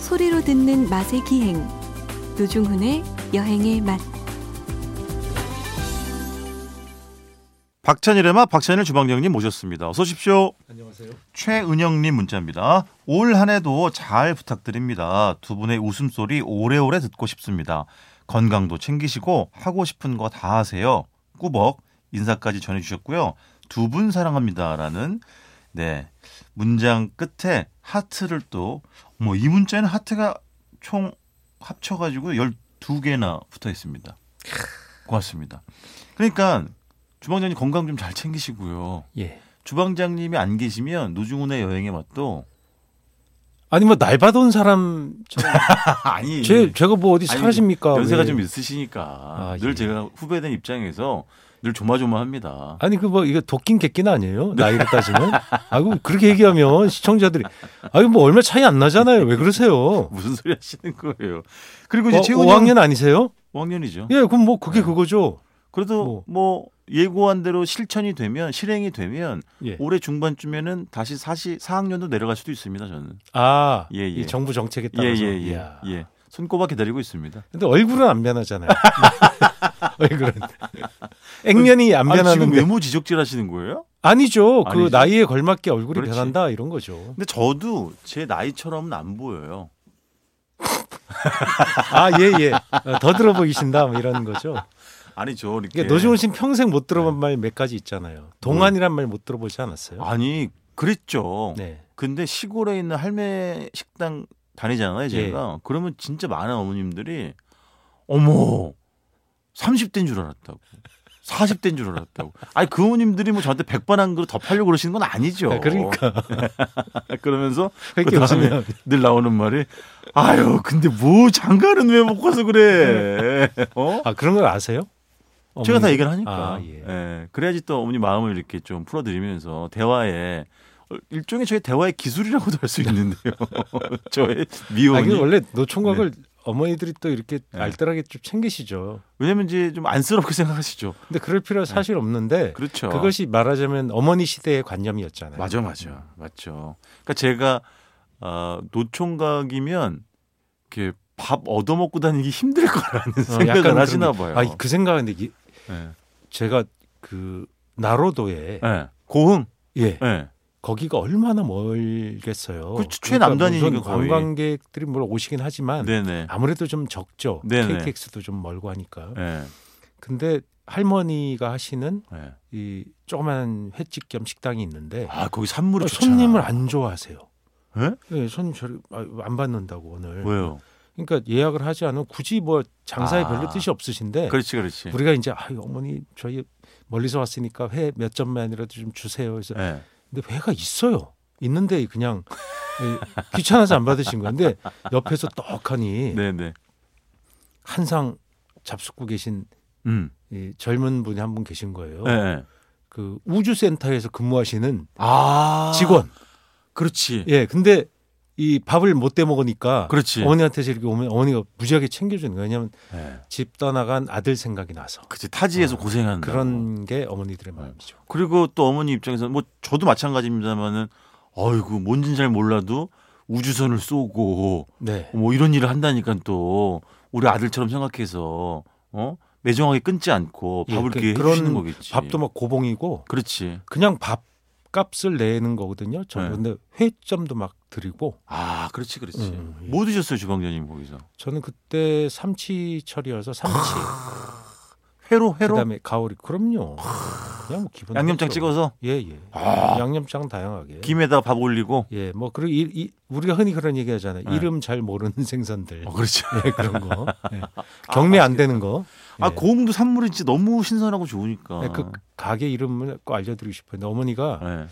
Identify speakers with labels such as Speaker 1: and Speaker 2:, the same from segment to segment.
Speaker 1: 소리로 듣는 맛의 기행 노중훈의 여행의 맛
Speaker 2: 박찬일의 맛 박찬일 주방장님 모셨습니다. 어서 오십시오.
Speaker 3: 안녕하세요.
Speaker 2: 최은영님 문자입니다. 올 한해도 잘 부탁드립니다. 두 분의 웃음소리 오래오래 듣고 싶습니다. 건강도 챙기시고 하고 싶은 거 다 하세요. 꾸벅 인사까지 전해주셨고요. 두 분 사랑합니다라는 네 문장 끝에 하트를 또 뭐 이 문자에는 하트가 총 합쳐가지고 12개나 붙어 있습니다. 고맙습니다. 그러니까 주방장님 건강 좀 잘 챙기시고요.
Speaker 3: 예.
Speaker 2: 주방장님이 안 계시면 노중훈의 여행의 맛도
Speaker 3: 아니 뭐 날 받은 사람
Speaker 2: 아니
Speaker 3: 제 제가 뭐 어디
Speaker 2: 아니,
Speaker 3: 사라집니까?
Speaker 2: 연세가
Speaker 3: 왜.
Speaker 2: 좀 있으시니까
Speaker 3: 아,
Speaker 2: 늘
Speaker 3: 예.
Speaker 2: 제가 후배된 입장에서 늘 조마조마합니다.
Speaker 3: 아니 그 뭐 이거 도끼는 개끼는 아니에요?
Speaker 2: 네.
Speaker 3: 나이로 따지면 아이고 그렇게 얘기하면 시청자들이 아이고 뭐 얼마 차이 안 나잖아요. 왜 그러세요?
Speaker 2: 무슨 소리 하시는 거예요? 그리고 뭐 이제 네.
Speaker 3: 어,
Speaker 2: 최근에
Speaker 3: 5학년 아니세요?
Speaker 2: 5학년이죠.
Speaker 3: 예, 그럼 뭐 그게 그거죠.
Speaker 2: 그래도
Speaker 3: 뭐.
Speaker 2: 뭐 예고한 대로 실천이 되면 실행이 되면
Speaker 3: 예.
Speaker 2: 올해 중반쯤에는 다시 사시 4학년도 내려갈 수도 있습니다. 저는
Speaker 3: 아,
Speaker 2: 예, 예.
Speaker 3: 이 정부 정책에 따라서.
Speaker 2: 예예예 예,
Speaker 3: 이야.
Speaker 2: 예. 손꼽아 기다리고 있습니다.
Speaker 3: 근데 얼굴은 안 변하잖아요. 얼굴은 액면이 안
Speaker 2: 그 아니,
Speaker 3: 변하는
Speaker 2: 지금
Speaker 3: 데
Speaker 2: 외모 지적질 하시는 거예요?
Speaker 3: 아니죠. 그
Speaker 2: 아니지.
Speaker 3: 나이에 걸맞게 얼굴이
Speaker 2: 그렇지.
Speaker 3: 변한다 이런 거죠.
Speaker 2: 근데 저도 제 나이처럼은 안 보여요.
Speaker 3: 아, 예, 예. 어, 더 들어보이신다, 뭐 이런 거죠.
Speaker 2: 아니 저 이렇게
Speaker 3: 그러니까 노중훈 씨는 평생 못 들어본 말 몇 가지 있잖아요. 동안이란 말 못 들어보지 않았어요?
Speaker 2: 네. 아니 그랬죠.
Speaker 3: 네.
Speaker 2: 근데 시골에 있는 할매 식당
Speaker 3: 예.
Speaker 2: 다니잖아요, 제가. 그러면 진짜 많은 어머님들이 어머 30대인 줄 알았다고. 40대인 줄 알았다고. 아니 그 어머님들이 뭐 저한테 백반 한 그릇 더 팔려고 그러시는 건 아니죠.
Speaker 3: 아, 그러니까
Speaker 2: 그러면서
Speaker 3: 그렇게
Speaker 2: 그다음에
Speaker 3: 웃으면
Speaker 2: 늘 나오는 말이 아유 근데 뭐 장가는 왜 못 가서 그래. 어?
Speaker 3: 아 그런 걸 아세요?
Speaker 2: 제가 다
Speaker 3: 어머니.
Speaker 2: 얘기를 하니까.
Speaker 3: 아,
Speaker 2: 예.
Speaker 3: 예.
Speaker 2: 그래야지 또 어머니 마음을 이렇게 좀 풀어드리면서 대화에 일종의 저희 대화의 기술이라고도 할 수 있는데요. 저의
Speaker 3: 아,
Speaker 2: 미혼이.
Speaker 3: 근데 원래 노총각을 어머니들이 또 이렇게
Speaker 2: 네.
Speaker 3: 알뜰하게 좀 챙기시죠.
Speaker 2: 왜냐면 이제 좀 안쓰럽게 생각하시죠.
Speaker 3: 근데 그럴 필요 는 사실 없는데
Speaker 2: 네. 그렇죠. 네.
Speaker 3: 그것이 말하자면 어머니 시대의 관념이었잖아요.
Speaker 2: 맞아 맞아 맞죠. 그러니까 제가 아, 노총각이면 이렇게 밥 얻어먹고 다니기 힘들 거라는
Speaker 3: 어, 약간
Speaker 2: 생각을
Speaker 3: 그런
Speaker 2: 하시나
Speaker 3: 게-
Speaker 2: 봐요.
Speaker 3: 아, 그 생각인데 이-
Speaker 2: 예.
Speaker 3: 제가 그 나로도에
Speaker 2: 예. 고흥.
Speaker 3: 예
Speaker 2: 예.
Speaker 3: 거기가 얼마나 멀겠어요.
Speaker 2: 그 최남단이니까
Speaker 3: 물론
Speaker 2: 거의.
Speaker 3: 관광객들이 물 오시긴 하지만
Speaker 2: 네네.
Speaker 3: 아무래도 좀 적죠.
Speaker 2: 네네.
Speaker 3: KTX도 좀 멀고 하니까.
Speaker 2: 예.
Speaker 3: 근데 할머니가 하시는
Speaker 2: 예.
Speaker 3: 이 조그만 횟집 겸 식당이 있는데
Speaker 2: 아 거기 산물이
Speaker 3: 어,
Speaker 2: 좋잖아.
Speaker 3: 손님을 안 좋아하세요.
Speaker 2: 예?
Speaker 3: 예, 손님 저를 아, 안 받는다고 오늘.
Speaker 2: 왜요?
Speaker 3: 그러니까 예약을 하지 않으면 굳이 뭐 장사에
Speaker 2: 아.
Speaker 3: 별로 뜻이 없으신데
Speaker 2: 그렇지 그렇지.
Speaker 3: 우리가 이제 아 어머니 저희 멀리서 왔으니까 회 몇 점만이라도 좀 주세요. 그래서
Speaker 2: 예.
Speaker 3: 근데 회가 있어요. 있는데 그냥 예, 귀찮아서 안 받으신 건데 옆에서 떡하니
Speaker 2: 네네.
Speaker 3: 한상 잡숫고 계신
Speaker 2: 음.
Speaker 3: 이 젊은 분이 한 분 계신 거예요.
Speaker 2: 예, 예.
Speaker 3: 그 우주센터에서 근무하시는
Speaker 2: 아
Speaker 3: 직원.
Speaker 2: 그렇지.
Speaker 3: 예, 근데 이 밥을 못 대 먹으니까
Speaker 2: 그렇지.
Speaker 3: 어머니한테 이렇게 오면 어머니가 무지하게 챙겨주는 거예요. 왜냐하면
Speaker 2: 예. 어.
Speaker 3: 집 떠나간 아들 생각이 나서
Speaker 2: 그치 타지에서 고생하는
Speaker 3: 그런 게 어머니들의 마음이죠.
Speaker 2: 그리고 또 어머니 입장에서 뭐 저도 마찬가지입니다만은 어이구 뭔진 잘 몰라도 우주선을 쏘고
Speaker 3: 네,
Speaker 2: 뭐 이런 일을 한다니까 또 우리 아들처럼 생각해서 어 매정하게 끊지 않고
Speaker 3: 예,
Speaker 2: 밥을
Speaker 3: 그-
Speaker 2: 이렇게
Speaker 3: 그런
Speaker 2: 해주시는 거겠지.
Speaker 3: 밥도 막 고봉이고
Speaker 2: 그렇지. 그냥
Speaker 3: 그냥 밥값을 내는 거거든요. 저
Speaker 2: 네.
Speaker 3: 근데 회점도 막 드리고
Speaker 2: 아 그렇지 그렇지.
Speaker 3: 음, 예.
Speaker 2: 뭐 드셨어요 주방장님 거기서?
Speaker 3: 저는 그때 삼치철이어서 삼치
Speaker 2: 아, 회로 회로
Speaker 3: 그다음에 가오리 그럼요. 그냥 뭐 기본
Speaker 2: 양념장
Speaker 3: 거죠.
Speaker 2: 찍어서
Speaker 3: 예 예.
Speaker 2: 아.
Speaker 3: 양념장 다양하게.
Speaker 2: 김에다가 밥 올리고.
Speaker 3: 예, 뭐 그리고 이, 이- 우리가 흔히 그런 얘기하잖아요.
Speaker 2: 네.
Speaker 3: 이름 잘 모르는 생선들.
Speaker 2: 어, 그렇지.
Speaker 3: 예, 그런 거. 예. 경매 안 되는 거.
Speaker 2: 아
Speaker 3: 예.
Speaker 2: 고흥도 아. 산물이 진짜 너무 신선하고 좋으니까.
Speaker 3: 예, 그 가게 이름을 꼭 알려드리고 싶어요. 근데 어머니가
Speaker 2: 예.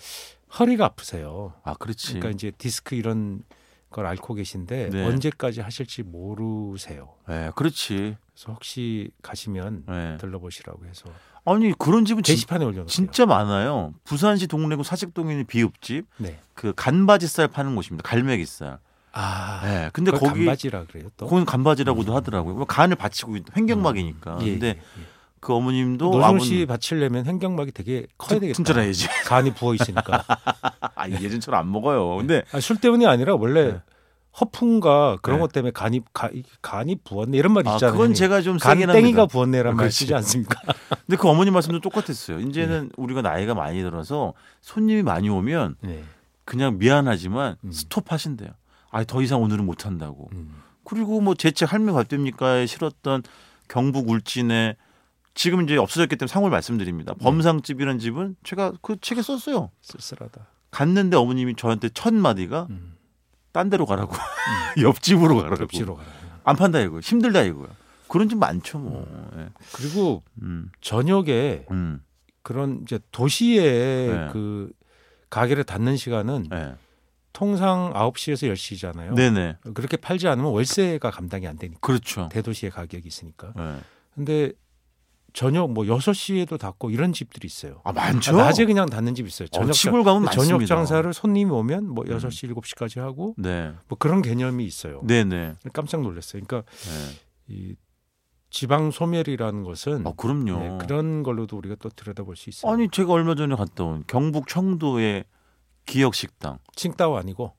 Speaker 3: 허리가 아프세요.
Speaker 2: 아 그렇지.
Speaker 3: 그러니까 이제 디스크 이런 걸 앓고 계신데
Speaker 2: 네.
Speaker 3: 언제까지 하실지 모르세요.
Speaker 2: 예, 그렇지.
Speaker 3: 그래서 혹시 가시면
Speaker 2: 예.
Speaker 3: 들러보시라고 해서
Speaker 2: 아니 그런 집은 진,
Speaker 3: 게시판에 올려놓을게요.
Speaker 2: 진짜 많아요. 부산시 동래구 사직동에 있는 비읍집
Speaker 3: 네.
Speaker 2: 그 간바지살 파는 곳입니다. 갈매기살.
Speaker 3: 아,
Speaker 2: 예. 근데
Speaker 3: 그걸
Speaker 2: 거기
Speaker 3: 간바지라 그래요 또.
Speaker 2: 그건 간바지라고도
Speaker 3: 음.
Speaker 2: 하더라고요. 뭐 간을 받치고 있- 횡격막이니까.
Speaker 3: 예,
Speaker 2: 근데
Speaker 3: 예, 예.
Speaker 2: 그 어머님도
Speaker 3: 노중 씨
Speaker 2: 아, 아버님
Speaker 3: 받치려면 횡격막이 되게 커야 되겠다.
Speaker 2: 튼튼해야지.
Speaker 3: 간이 부어 있으니까.
Speaker 2: 아 예전처럼 안 먹어요. 근데
Speaker 3: 아, 술 때문이 아니라 원래
Speaker 2: 네.
Speaker 3: 허풍과 그런
Speaker 2: 네.
Speaker 3: 것 때문에 간이 가, 간이 부었네 이런 말
Speaker 2: 아,
Speaker 3: 있잖아요.
Speaker 2: 그건 제가 좀
Speaker 3: 간
Speaker 2: 세긴
Speaker 3: 땡이가
Speaker 2: 합니다. 그렇죠.
Speaker 3: 부었네라는 말
Speaker 2: 그렇지.
Speaker 3: 쓰지 않습니까?
Speaker 2: 근데 그 어머님 말씀도 똑같았어요. 이제는
Speaker 3: 예.
Speaker 2: 우리가 나이가 많이 들어서 손님이 많이 오면
Speaker 3: 네.
Speaker 2: 그냥 미안하지만
Speaker 3: 음.
Speaker 2: 스톱하신대요. 아, 더 이상 오늘은 못 한다고.
Speaker 3: 음.
Speaker 2: 그리고 뭐 제책 할미 갓됩니까에 실었던 경북 울진에 지금 이제 없어졌기 때문에 상호를 말씀드립니다.
Speaker 3: 네.
Speaker 2: 범상집이라는 집은 제가 그 책에 썼어요.
Speaker 3: 쓸쓸하다.
Speaker 2: 갔는데 어머님이 저한테 첫 마디가
Speaker 3: 음.
Speaker 2: 딴 데로 가라고 옆집으로 가라고
Speaker 3: 겹치로 가라.
Speaker 2: 안 판다 이거요 힘들다 이거요 그런 집 많죠 뭐
Speaker 3: 음.
Speaker 2: 예.
Speaker 3: 그리고
Speaker 2: 음.
Speaker 3: 저녁에
Speaker 2: 음.
Speaker 3: 그런 이제 도시에
Speaker 2: 네.
Speaker 3: 그 가게를 닫는 시간은
Speaker 2: 네.
Speaker 3: 통상 9시에서 10시잖아요.
Speaker 2: 네네
Speaker 3: 그렇게 팔지 않으면 월세가 감당이 안 되니까.
Speaker 2: 그렇죠
Speaker 3: 대도시의 가격이 있으니까.
Speaker 2: 예.
Speaker 3: 근데 저녁 뭐 6시에도 닫고 이런 집들이 있어요.
Speaker 2: 아 많죠
Speaker 3: 낮에 그냥 닫는 집 있어요.
Speaker 2: 어,
Speaker 3: 저녁 장-
Speaker 2: 시골 가면 많습니다
Speaker 3: 저녁 장사를 손님이 오면 뭐 6시, 일 7시까지 하고
Speaker 2: 네
Speaker 3: 뭐 그런 개념이 있어요.
Speaker 2: 네네
Speaker 3: 깜짝 놀랐어요. 그러니까
Speaker 2: 예.
Speaker 3: 이 지방 소멸이라는 것은
Speaker 2: 아 그럼요
Speaker 3: 네, 그런 걸로도 우리가 또 들여다볼 수 있어요.
Speaker 2: 아니 제가 얼마 전에 갔다 온 경북 청도의 기역 식당
Speaker 3: 칭따오 아니고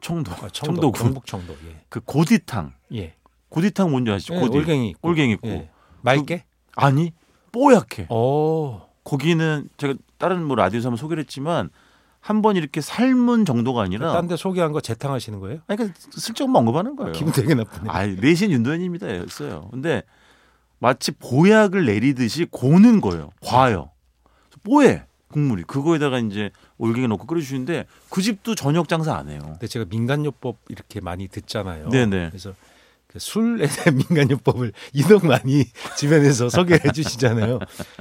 Speaker 2: 청도
Speaker 3: 아, 청도,
Speaker 2: 청도군
Speaker 3: 경북 청도. 예.
Speaker 2: 그 고디탕
Speaker 3: 예.
Speaker 2: 고디탕 뭔지 아시죠
Speaker 3: 예,
Speaker 2: 고디
Speaker 3: 올갱이 있고.
Speaker 2: 올갱이 있고 그,
Speaker 3: 예. 맑게?
Speaker 2: 아니 뽀얗게
Speaker 3: 어.
Speaker 2: 고기는 제가 다른 뭐 라디오에서 한번 소개를 했지만 한 번 이렇게 삶은 정도가 아니라
Speaker 3: 딴 데 소개한 거 재탕하시는 거예요?
Speaker 2: 아니 그러니까 슬쩍만 언급하는 거예요.
Speaker 3: 기분 되게 나쁘네.
Speaker 2: 아, 내신 윤도현입니다였어요. 근데 마치 보약을 내리듯이 고는 거예요. 과요. 뽀해 국물이 그거에다가 이제 올갱이 넣고 끓여주는데 그 집도 저녁 장사 안 해요.
Speaker 3: 근데 제가 민간요법 이렇게 많이 듣잖아요.
Speaker 2: 네네.
Speaker 3: 그래서 그 술에 대한 민간요법을 이동 많이 주변에서 소개해 주시잖아요.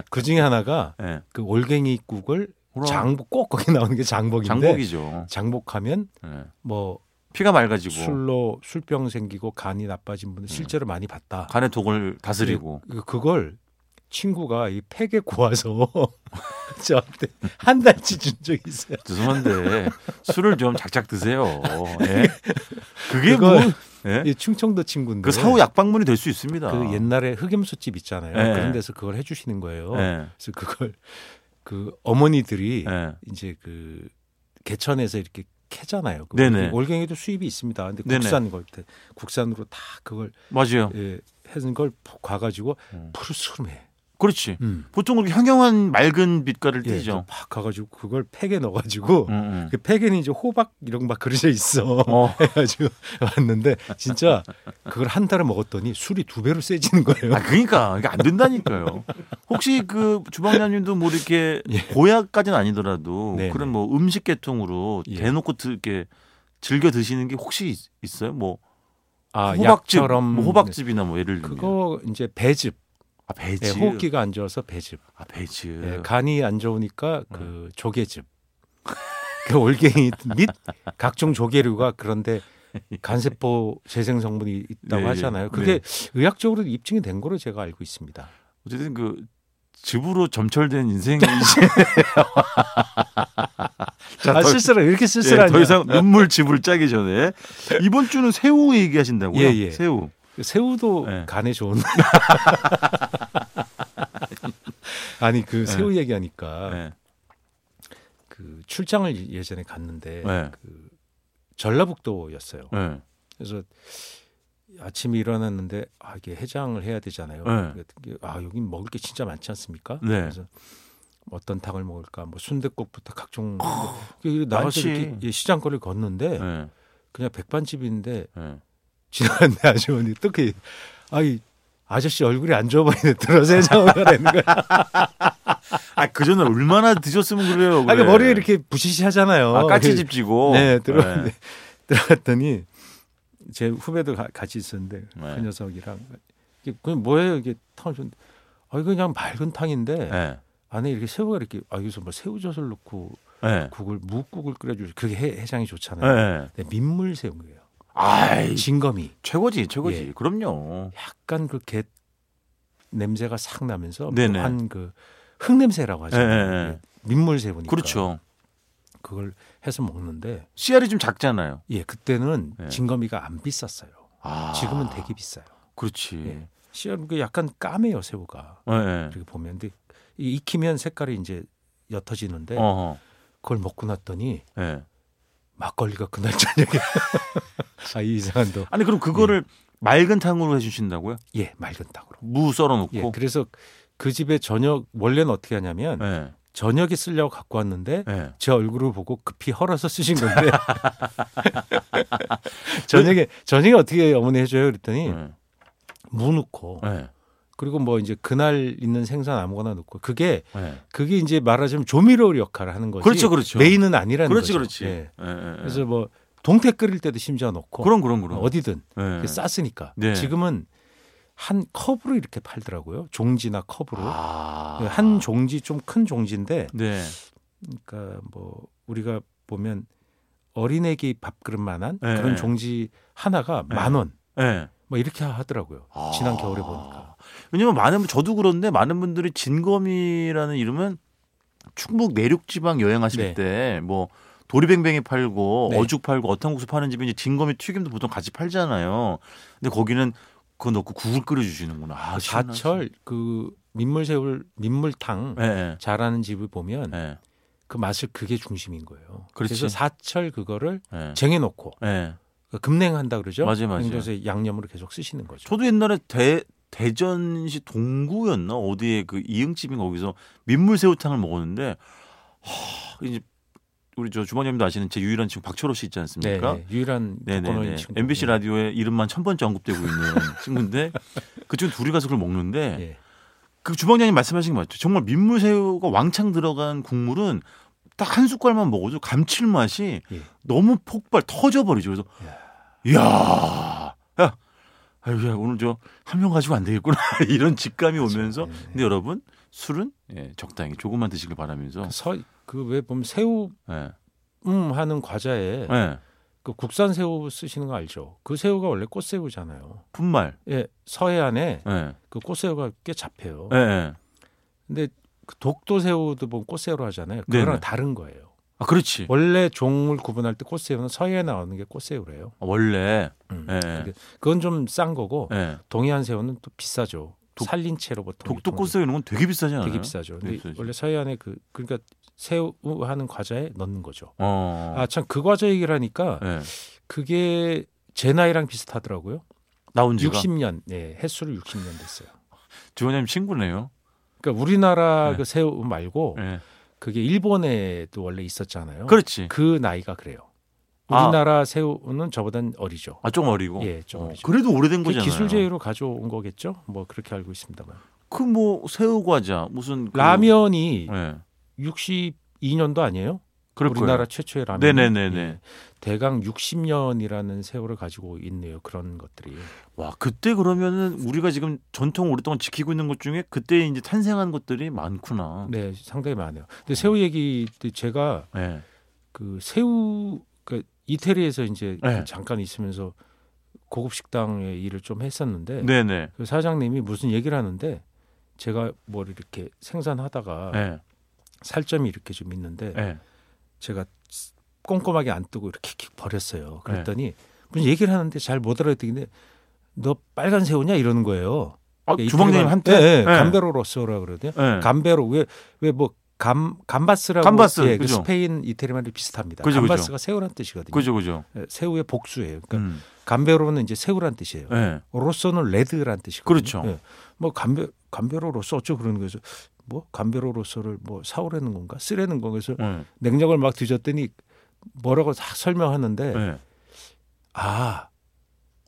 Speaker 3: 그 중에 하나가
Speaker 2: 예,
Speaker 3: 그 올갱이국을
Speaker 2: 그럼.
Speaker 3: 장복 꼭 거기 나오는 게 장복인데
Speaker 2: 장복이죠.
Speaker 3: 하면
Speaker 2: 예.
Speaker 3: 뭐
Speaker 2: 피가 맑아지고 음.
Speaker 3: 술로 술병 생기고 간이 나빠진 분은 실제로 많이 봤다.
Speaker 2: 간의 독을 다스리고
Speaker 3: 그- 그걸 친구가 이 팩에 고아서 저한테 한 달치 준 적이 있어요.
Speaker 2: 죄송한데 술을 좀 작작 드세요. 예. 그게
Speaker 3: 그걸-
Speaker 2: 뭐 예?
Speaker 3: 이 충청도 친구인데
Speaker 2: 그 사후 약방문이 될 수 있습니다.
Speaker 3: 그 옛날에 흑염소집 있잖아요.
Speaker 2: 예.
Speaker 3: 그런 데서 그걸 해주시는 거예요.
Speaker 2: 예.
Speaker 3: 그래서 그걸 그 어머니들이
Speaker 2: 예.
Speaker 3: 이제 그 개천에서 이렇게 캐잖아요. 그
Speaker 2: 네네.
Speaker 3: 올갱이도 수입이 있습니다. 근데
Speaker 2: 네네.
Speaker 3: 국산 걸 때, 국산으로 다 그걸
Speaker 2: 맞아요.
Speaker 3: 예, 해준 걸 가가지고
Speaker 2: 음.
Speaker 3: 푸르스름해.
Speaker 2: 그렇지. 보통 그렇게 형형한 맑은 빛깔을
Speaker 3: 예,
Speaker 2: 띠죠.
Speaker 3: 팍 가가지고 그걸 팩에 넣어가지고
Speaker 2: 음, 음.
Speaker 3: 그 팩에는 이제 호박 이런 거 막 그려져 있어.
Speaker 2: 어.
Speaker 3: 해가지고 왔는데 진짜 그걸 한 달을 먹었더니 술이 두 배로 세지는 거예요.
Speaker 2: 아 그러니까 이게 안 된다니까요. 혹시 그 주방장님도 뭐 이렇게 고약까지는 아니더라도
Speaker 3: 예. 네,
Speaker 2: 그런 뭐 음식 계통으로
Speaker 3: 예.
Speaker 2: 대놓고 드- 이렇게 즐겨 드시는 게 혹시 있- 있어요? 뭐
Speaker 3: 아,
Speaker 2: 호박즙,
Speaker 3: 약처럼
Speaker 2: 뭐 호박즙이나 뭐 예를 들면
Speaker 3: 그거 이제 배즙,
Speaker 2: 아
Speaker 3: 예,
Speaker 2: 배즙,
Speaker 3: 호흡기가 안 좋아서 배즙,
Speaker 2: 아 배즙,
Speaker 3: 예, 간이 안 좋으니까
Speaker 2: 음.
Speaker 3: 그 조개즙, 그 올갱이 및 각종 조개류가 그런데 간세포 재생 성분이 있다고
Speaker 2: 네,
Speaker 3: 하잖아요.
Speaker 2: 네.
Speaker 3: 그게 의학적으로 입증이 된 거로 제가 알고 있습니다.
Speaker 2: 어쨌든 그 즙으로 점철된 인생이지.
Speaker 3: 아
Speaker 2: 더-
Speaker 3: 쓸쓸해 이렇게 쓸쓸하냐?
Speaker 2: 예, 더 이상 눈물 즙을 짜기 전에 이번 주는 새우 얘기하신다고요?
Speaker 3: 예, 예.
Speaker 2: 새우.
Speaker 3: 새우도
Speaker 2: 네.
Speaker 3: 간에 좋은. 아니 그 새우 얘기하니까
Speaker 2: 예.
Speaker 3: 그 출장을 예전에 갔는데
Speaker 2: 네.
Speaker 3: 그 전라북도였어요.
Speaker 2: 예.
Speaker 3: 그래서 아침에 일어났는데 아 이게 해장을 해야 되잖아요.
Speaker 2: 네.
Speaker 3: 그게 아 여기 먹을 게 진짜 많지 않습니까?
Speaker 2: 네.
Speaker 3: 그래서 어떤 탕을 먹을까? 뭐 순댓국부터 각종
Speaker 2: 어,
Speaker 3: 그 나가서
Speaker 2: 많지.
Speaker 3: 이렇게 예, 시장거리를 걷는데
Speaker 2: 예.
Speaker 3: 그냥 백반집인데
Speaker 2: 예.
Speaker 3: 지나갔네 아주머니 어떻게 아이 아저씨 얼굴이 안 좋아 보이네 들어서 해장을 하는 거야.
Speaker 2: 아, 그 전에 얼마나 드셨으면 그래요. 그래.
Speaker 3: 아니 머리에 이렇게 부시시 하잖아요.
Speaker 2: 아, 까치집 지고.
Speaker 3: 네, 들어갔는데 들어갔더니 제 후배도 가- 같이 있었는데
Speaker 2: 네.
Speaker 3: 그 녀석이랑 이게 그냥 뭐예요 이게 탕을 줬는데 아 이거 그냥 맑은 탕인데
Speaker 2: 네. 네.
Speaker 3: 안에 이렇게 새우가 이렇게 아 여기서 뭐 새우젓을 넣고
Speaker 2: 네.
Speaker 3: 국을 무국을 끓여주고 그게 해, 해장이 좋잖아요.
Speaker 2: 네.
Speaker 3: 근데 민물 새우예요.
Speaker 2: 아이,
Speaker 3: 진검이
Speaker 2: 최고지, 최고지.
Speaker 3: 예.
Speaker 2: 그럼요.
Speaker 3: 약간 그 게 냄새가 싹 나면서
Speaker 2: 네네.
Speaker 3: 한 그 흙냄새라고 하잖아요.
Speaker 2: 네, 네, 네.
Speaker 3: 민물 새우니까
Speaker 2: 그렇죠.
Speaker 3: 그걸 해서 먹는데
Speaker 2: 씨알이 좀 작잖아요.
Speaker 3: 예 그때는
Speaker 2: 네.
Speaker 3: 진검이가 안 비쌌어요.
Speaker 2: 아.
Speaker 3: 지금은 되게 비싸요.
Speaker 2: 그렇지.
Speaker 3: 예. 씨앗 그 약간 까매요 새우가
Speaker 2: 예, 예.
Speaker 3: 이렇게 보면 근데 이- 익히면 색깔이 이제 옅어지는데
Speaker 2: 어허.
Speaker 3: 그걸 먹고 났더니
Speaker 2: 예.
Speaker 3: 막걸리가 그날 저녁에 아이 이상한도
Speaker 2: 아니 그럼 그거를 맑은 탕으로 해주신다고요?
Speaker 3: 예 맑은 닭으로
Speaker 2: 무 썰어놓고.
Speaker 3: 예 그래서 그 집에 저녁 원래는 어떻게 하냐면
Speaker 2: 예.
Speaker 3: 저녁에 쓰려고 갖고 왔는데
Speaker 2: 예.
Speaker 3: 제 얼굴을 보고 급히 헐어서 쓰신 건데 저녁에 저녁에 어떻게 어머니 해줘요 그랬더니
Speaker 2: 예.
Speaker 3: 무 넣고
Speaker 2: 예.
Speaker 3: 그리고 뭐 이제 그날 있는 생선 아무거나 넣고 그게
Speaker 2: 예.
Speaker 3: 그게 이제 말하자면 조미료 역할을 하는 거지
Speaker 2: 그렇죠, 그렇죠.
Speaker 3: 메인은 아니라는
Speaker 2: 그렇지,
Speaker 3: 거죠.
Speaker 2: 그렇지.
Speaker 3: 예.
Speaker 2: 예, 예, 예.
Speaker 3: 그래서 뭐 동태 끓일 때도 심지어 넣고
Speaker 2: 그럼 그럼 그럼.
Speaker 3: 어디든
Speaker 2: 예.
Speaker 3: 이게 쌌으니까
Speaker 2: 네.
Speaker 3: 지금은 한 컵으로 이렇게 팔더라고요 종지나 컵으로
Speaker 2: 아.
Speaker 3: 예, 한 종지 좀 큰 종지인데
Speaker 2: 네.
Speaker 3: 그러니까 뭐 우리가 보면 어린애기 밥그릇만한
Speaker 2: 네,
Speaker 3: 그런
Speaker 2: 네.
Speaker 3: 종지 하나가
Speaker 2: 네.
Speaker 3: 만 원 뭐
Speaker 2: 예.
Speaker 3: 이렇게 하더라고요
Speaker 2: 아.
Speaker 3: 지난 겨울에 보니까
Speaker 2: 왜냐면 많은 분- 저도 그런데 많은 분들이 진검이라는 이름은 충북 내륙 지방 여행하실
Speaker 3: 네.
Speaker 2: 때 뭐 도리뱅뱅이 팔고
Speaker 3: 네.
Speaker 2: 어죽 팔고 어탕국수 파는 집이 이제 진검이 튀김도 보통 같이 팔잖아요. 근데 거기는 그거 넣고 국을 끓여 주시는구나. 아,
Speaker 3: 그
Speaker 2: 시원하지.
Speaker 3: 사철 그 민물새울 민물탕
Speaker 2: 예. 예.
Speaker 3: 잘하는 집을 보면
Speaker 2: 예.
Speaker 3: 그 맛을 그게 중심인 거예요. 래
Speaker 2: 그렇지.
Speaker 3: 서 사철 그거를
Speaker 2: 예.
Speaker 3: 쟁여놓고
Speaker 2: 예.
Speaker 3: 그러니까 급냉한다 그러죠.
Speaker 2: 맞아요, 맞아요.
Speaker 3: 그래서 양념으로 계속 쓰시는 거죠.
Speaker 2: 저도 옛날에 대 대전시 동구였나 어디에 그 이응집인 거기서 민물새우탕을 먹었는데 하, 이제 우리 저 주방장님도 아시는 제 유일한 친구 박철호 씨 있지 않습니까?
Speaker 3: 네, 네. 유일한
Speaker 2: 네네네.
Speaker 3: 독거노인 친구.
Speaker 2: MBC 라디오에 이름만 천 번째 언급되고 있는 친구인데 그쪽 둘이 가서 그걸 먹는데
Speaker 3: 예.
Speaker 2: 그 주방장님 말씀하신 게 맞죠. 정말 민물새우가 왕창 들어간 국물은 딱 한 숟갈만 먹어도 감칠맛이
Speaker 3: 예.
Speaker 2: 너무 폭발 터져버리죠. 그래서 이야, 야, 아유, 야, 오늘 저 한 명 가지고 안 되겠구나 이런 직감이 오면서.
Speaker 3: 예.
Speaker 2: 근데 여러분 술은 예, 적당히 조금만 드시길 바라면서.
Speaker 3: 그왜 보면 새우
Speaker 2: 예,
Speaker 3: 음 하는 과자에
Speaker 2: 예,
Speaker 3: 그 국산 새우 쓰시는 거 알죠? 그 새우가 원래 꽃새우잖아요.
Speaker 2: 분말.
Speaker 3: 예, 서해안에
Speaker 2: 예,
Speaker 3: 그 꽃새우가 꽤 잡혀요.
Speaker 2: 예, 예.
Speaker 3: 근데 그 독도 새우도 보면 꽃새우로 하잖아요.
Speaker 2: 네네.
Speaker 3: 그거랑 다른 거예요.
Speaker 2: 아, 그렇지.
Speaker 3: 원래 종을 구분할 때 꽃새우는 서해에 나오는 게 꽃새우래요.
Speaker 2: 아, 원래.
Speaker 3: 음.
Speaker 2: 예.
Speaker 3: 근데 그건 좀 싼 거고
Speaker 2: 예.
Speaker 3: 동해안 새우는 또 비싸죠.
Speaker 2: 독-
Speaker 3: 살린 채로
Speaker 2: 독도
Speaker 3: 보통
Speaker 2: 네, 그렇죠.
Speaker 3: 이렇게
Speaker 2: 꽃새우 이런 건 되게 비싸지 않아요?
Speaker 3: 되게 비싸죠. 근데
Speaker 2: 비싸죠.
Speaker 3: 원래 서해안에 그 그러니까 새우 하는 과자에 넣는 거죠.
Speaker 2: 어.
Speaker 3: 아 참 그 과자 얘기를 하니까
Speaker 2: 예.
Speaker 3: 그게 제 나이랑 비슷하더라고요.
Speaker 2: 나온 지가
Speaker 3: 60년, 예, 해수를 60년 됐어요.
Speaker 2: 주원님 친구네요.
Speaker 3: 그러니까 우리나라
Speaker 2: 네.
Speaker 3: 그 새우 말고
Speaker 2: 예.
Speaker 3: 그게 일본에도 원래 있었잖아요.
Speaker 2: 그렇지.
Speaker 3: 그 나이가 그래요.
Speaker 2: 아.
Speaker 3: 우리나라 새우는 저보단 어리죠.
Speaker 2: 아, 좀 어리고.
Speaker 3: 예, 좀
Speaker 2: 어,
Speaker 3: 어리죠.
Speaker 2: 그래도 오래된
Speaker 3: 그게
Speaker 2: 거잖아요.
Speaker 3: 기술제의로 가져온 거겠죠. 뭐 그렇게 알고 있습니다만.
Speaker 2: 그뭐 새우 과자 무슨 그-
Speaker 3: 라면이
Speaker 2: 예.
Speaker 3: 62년도 아니에요?
Speaker 2: 그럴
Speaker 3: 우리나라 예.
Speaker 2: 거예요.
Speaker 3: 최초의 라면.
Speaker 2: 네네네네.
Speaker 3: 대강 60년이라는 세월을 가지고 있네요. 그런 것들이.
Speaker 2: 와 그때 그러면은 우리가 지금 전통 오랫동안 지키고 있는 것 중에 그때 이제 탄생한 것들이 많구나.
Speaker 3: 네, 상당히 많아요. 근데
Speaker 2: 음.
Speaker 3: 새우 얘기 때 제가
Speaker 2: 예.
Speaker 3: 그 새우 그러니까 이태리에서 이제
Speaker 2: 네.
Speaker 3: 잠깐 있으면서 고급 식당에 일을 좀 했었는데
Speaker 2: 네, 네.
Speaker 3: 그 사장님이 무슨 얘기를 하는데 제가 뭘 이렇게 생산하다가
Speaker 2: 예.
Speaker 3: 살점이 이렇게 좀 있는데
Speaker 2: 예.
Speaker 3: 제가 꼼꼼하게 안 뜨고 이렇게 킥
Speaker 2: 네.
Speaker 3: 버렸어요. 그랬더니 무슨 얘기를 하는데 잘 못 알아듣는데 너 빨간 새우냐 이러는 거예요.
Speaker 2: 아,
Speaker 3: 이태리만-
Speaker 2: 주방장님 한때
Speaker 3: 예, 예,
Speaker 2: 예.
Speaker 3: 감베로 로스라 그러거든요.
Speaker 2: 예.
Speaker 3: 감베로 왜 왜 뭐 감 감바스라고
Speaker 2: 감바스,
Speaker 3: 예, 그
Speaker 2: 그죠.
Speaker 3: 스페인 이태리말이 비슷합니다.
Speaker 2: 그죠, 그죠.
Speaker 3: 감바스가 새우란 뜻이거든요.
Speaker 2: 그죠 그죠.
Speaker 3: 예, 새우의 복수예요. 그러니까
Speaker 2: 음.
Speaker 3: 감베로는 이제 새우란 뜻이에요.
Speaker 2: 예.
Speaker 3: 로쏘는 레드란 뜻이거든요.
Speaker 2: 그렇죠.
Speaker 3: 예. 뭐 감베 감베로 로쏘 어쩌고 그러는 거죠. 뭐 감베로 로쏘를 뭐 사오라는 건가 쓰라는 건가 해서
Speaker 2: 예.
Speaker 3: 냉장고를 막 뒤졌더니 뭐라고 다 설명하는데
Speaker 2: 예.
Speaker 3: 아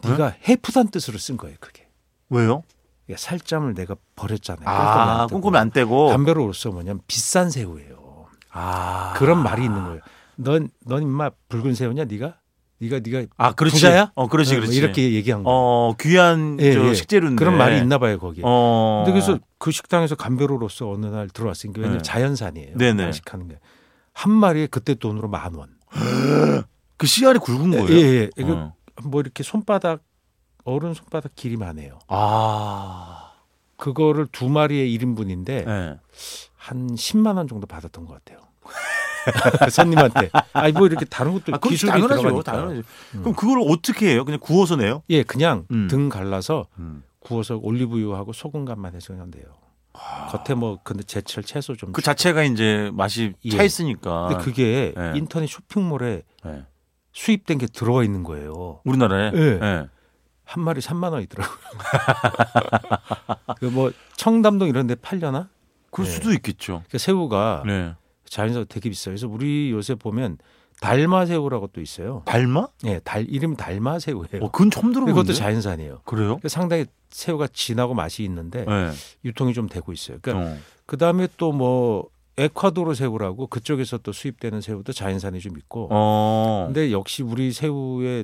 Speaker 2: 네?
Speaker 3: 네가 해프단 뜻으로 쓴 거예요. 그게
Speaker 2: 왜요?
Speaker 3: 예, 살점을 내가 버렸잖아요.
Speaker 2: 아, 꼼꼼히 안 떼고.
Speaker 3: 감베로 로쏘 뭐냐면 비싼 새우예요.
Speaker 2: 아.
Speaker 3: 그런 말이 있는 거예요. 넌 넌 인마 붉은 새우냐 네가 네가 네가
Speaker 2: 아, 그렇지.
Speaker 3: 부자야?
Speaker 2: 어, 그렇지,
Speaker 3: 뭐
Speaker 2: 그렇지.
Speaker 3: 이렇게 얘기한 거예요.
Speaker 2: 어 귀한
Speaker 3: 예,
Speaker 2: 저
Speaker 3: 예.
Speaker 2: 식재료인데
Speaker 3: 그런 말이 있나 봐요 거기. 에
Speaker 2: 어.
Speaker 3: 근데 그래서 그 식당에서 감별로로서 어느 날 들어왔으니까 왜냐면
Speaker 2: 네.
Speaker 3: 자연산이에요.
Speaker 2: 네네.
Speaker 3: 양식하는 게. 한 마리에 그때 돈으로 만 원.
Speaker 2: 그 씨알이 굵은
Speaker 3: 예,
Speaker 2: 거예요.
Speaker 3: 예. 예.
Speaker 2: 어.
Speaker 3: 그 뭐 이렇게 손바닥 어른 손바닥 길이만 해요.
Speaker 2: 아.
Speaker 3: 그거를 두 마리에 1인분인데
Speaker 2: 예.
Speaker 3: 한 10만 원 정도 받았던 것 같아요. 그 손님한테. 아니 뭐 이렇게 다른 것도
Speaker 2: 아, 그건
Speaker 3: 기술이
Speaker 2: 당연하죠.
Speaker 3: 들어가니까. 음.
Speaker 2: 당연하죠. 그럼 그걸 어떻게 해요? 그냥 구워서 내요?
Speaker 3: 예, 그냥
Speaker 2: 음.
Speaker 3: 등 갈라서 구워서 올리브유하고 소금간만 해서 그냥 돼요.
Speaker 2: 아.
Speaker 3: 겉에 뭐 근데 제철 채소 좀
Speaker 2: 그 자체가 이제 맛이
Speaker 3: 예.
Speaker 2: 차 있으니까.
Speaker 3: 근데 그게
Speaker 2: 예.
Speaker 3: 인터넷 쇼핑몰에
Speaker 2: 예.
Speaker 3: 수입된 게 들어와 있는 거예요.
Speaker 2: 우리나라에.
Speaker 3: 예.
Speaker 2: 예.
Speaker 3: 한 마리 3만 원이더라고요. 그 뭐 청담동 이런 데 팔려나?
Speaker 2: 그럴
Speaker 3: 네.
Speaker 2: 수도 있겠죠.
Speaker 3: 그 새우가
Speaker 2: 네.
Speaker 3: 자연산 되게 비싸요. 그래서 우리 요새 보면 달마새우라고 또 있어요.
Speaker 2: 달마?
Speaker 3: 예, 달 이름이 달마새우예요.
Speaker 2: 어, 그건 처음 들어보는데.
Speaker 3: 이것도 자연산이에요.
Speaker 2: 그래요?
Speaker 3: 그 상당히 새우가 진하고 맛이 있는데
Speaker 2: 네.
Speaker 3: 유통이 좀 되고 있어요. 예. 그러니까
Speaker 2: 어.
Speaker 3: 그다음에 또 뭐 에콰도르 새우라고 그쪽에서 또 수입되는 새우도 자연산이 좀 있고.
Speaker 2: 어.
Speaker 3: 근데 역시 우리 새우에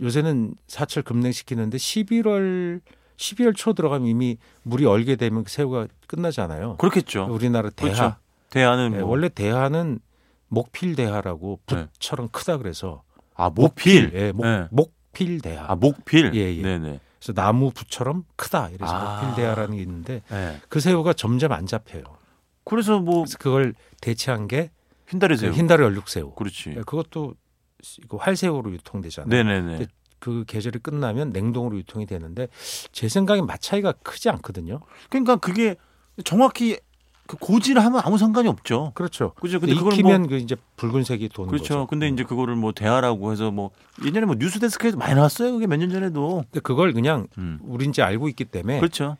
Speaker 3: 요새는 사철 급냉시키는데 11월 12월 초 들어가면 이미 물이 얼게 되면 그 새우가 끝나잖아요.
Speaker 2: 그렇겠죠.
Speaker 3: 우리나라 대하
Speaker 2: 그렇죠. 대안은
Speaker 3: 네,
Speaker 2: 뭐.
Speaker 3: 어. 원래 대하는 목필 대하라고
Speaker 2: 네.
Speaker 3: 붓처럼 크다 그래서
Speaker 2: 아 목필.
Speaker 3: 예, 목,
Speaker 2: 네.
Speaker 3: 목필 대하.
Speaker 2: 아 목필.
Speaker 3: 예, 예.
Speaker 2: 네네.
Speaker 3: 그래서 나무 붓처럼 크다 이래서
Speaker 2: 아.
Speaker 3: 목필 대하라는 게 있는데
Speaker 2: 예.
Speaker 3: 그 새우가 점점 안 잡혀요.
Speaker 2: 그래서 뭐
Speaker 3: 그래서 그걸 대체한 게
Speaker 2: 흰다리새우.
Speaker 3: 그 흰다리 얼룩새우.
Speaker 2: 그렇지.
Speaker 3: 예, 그것도 이거 활새우로 유통되잖아요.
Speaker 2: 네. 네네네.
Speaker 3: 그 계절이 끝나면 냉동으로 유통이 되는데 제 생각엔 맛 차이가 크지 않거든요.
Speaker 2: 그러니까 그게 정확히 그 고지를 하면 아무 상관이 없죠.
Speaker 3: 그렇죠.
Speaker 2: 그죠. 근데 그걸 뭐
Speaker 3: 익히면 그 이제 붉은색이 도는
Speaker 2: 그렇죠.
Speaker 3: 거죠. 음.
Speaker 2: 근데 이제 그거를 뭐 대하라고 해서 뭐 예전에 뭐 뉴스데스크에도 많이 나왔어요. 그게 몇 년 전에도.
Speaker 3: 근데 그걸 그냥
Speaker 2: 음.
Speaker 3: 우린 이제 알고 있기 때문에
Speaker 2: 그렇죠.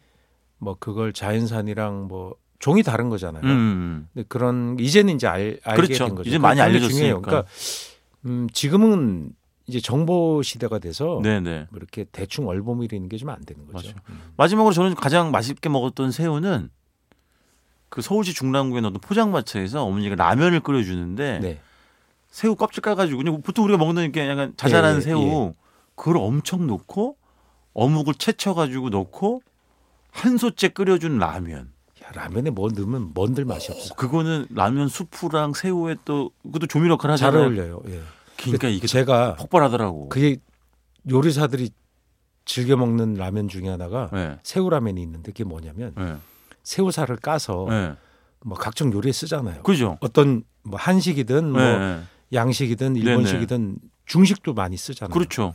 Speaker 3: 뭐 그걸 자연산이랑 뭐 종이 다른 거잖아요.
Speaker 2: 음.
Speaker 3: 근데 그런 이제는 이제 알, 알게
Speaker 2: 그렇죠.
Speaker 3: 된 거죠.
Speaker 2: 이제 많이
Speaker 3: 그게
Speaker 2: 알려졌으니까.
Speaker 3: 중요해요. 그러니까 음, 지금은 이제 정보 시대가 돼서
Speaker 2: 음. 네네.
Speaker 3: 뭐 이렇게 대충 얼버무리는 게 좀 안 되는 거죠.
Speaker 2: 마지막으로 저는 가장 맛있게 먹었던 새우는 그 서울시 중랑구에 넣던 포장마차에서 어머니가 라면을 끓여주는데
Speaker 3: 네.
Speaker 2: 새우 껍질 까가지고 그냥 보통 우리가 먹는 이렇게 약간 자잘한
Speaker 3: 예, 예,
Speaker 2: 새우 그걸 엄청 넣고 어묵을 채쳐가지고 넣고 한 소째 끓여준 라면
Speaker 3: 야, 라면에 뭐 넣으면 뭔들 맛이 없어.
Speaker 2: 그거는 라면 수프랑 새우에 또 그것도 조미료 역할
Speaker 3: 잘
Speaker 2: 하잖아요.
Speaker 3: 어울려요. 예.
Speaker 2: 그러니까 이게
Speaker 3: 제가
Speaker 2: 폭발하더라고.
Speaker 3: 그게 요리사들이 즐겨 먹는 라면 중에 하나가
Speaker 2: 예,
Speaker 3: 새우 라면이 있는데 그게 뭐냐면
Speaker 2: 예,
Speaker 3: 새우살을 까서
Speaker 2: 예.
Speaker 3: 뭐 각종 요리에 쓰잖아요.
Speaker 2: 그죠?
Speaker 3: 어떤 뭐 한식이든 뭐
Speaker 2: 예, 예.
Speaker 3: 양식이든
Speaker 2: 네네.
Speaker 3: 일본식이든 중식도 많이 쓰잖아요.
Speaker 2: 그렇죠.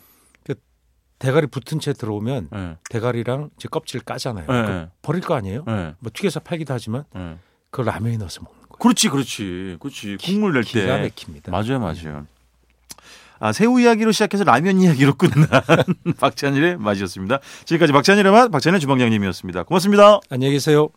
Speaker 3: 대가리 붙은 채 들어오면
Speaker 2: 예,
Speaker 3: 대가리랑 이제 껍질 까잖아요.
Speaker 2: 예,
Speaker 3: 그거 버릴 거 아니에요?
Speaker 2: 예,
Speaker 3: 뭐 튀겨서 팔기도 하지만
Speaker 2: 예.
Speaker 3: 그걸 라면에 넣어서 먹는 거예요.
Speaker 2: 그렇지, 그렇지, 그렇지. 국물 낼 때.
Speaker 3: 기가
Speaker 2: 네.
Speaker 3: 막힙니다.
Speaker 2: 맞아요, 맞아요. 음. 아, 새우 이야기로 시작해서 라면 이야기로 끝난 박찬일의 맛이었습니다. 지금까지 박찬일의 맛, 박찬일 주방장님이었습니다. 고맙습니다.
Speaker 3: 안녕히 계세요.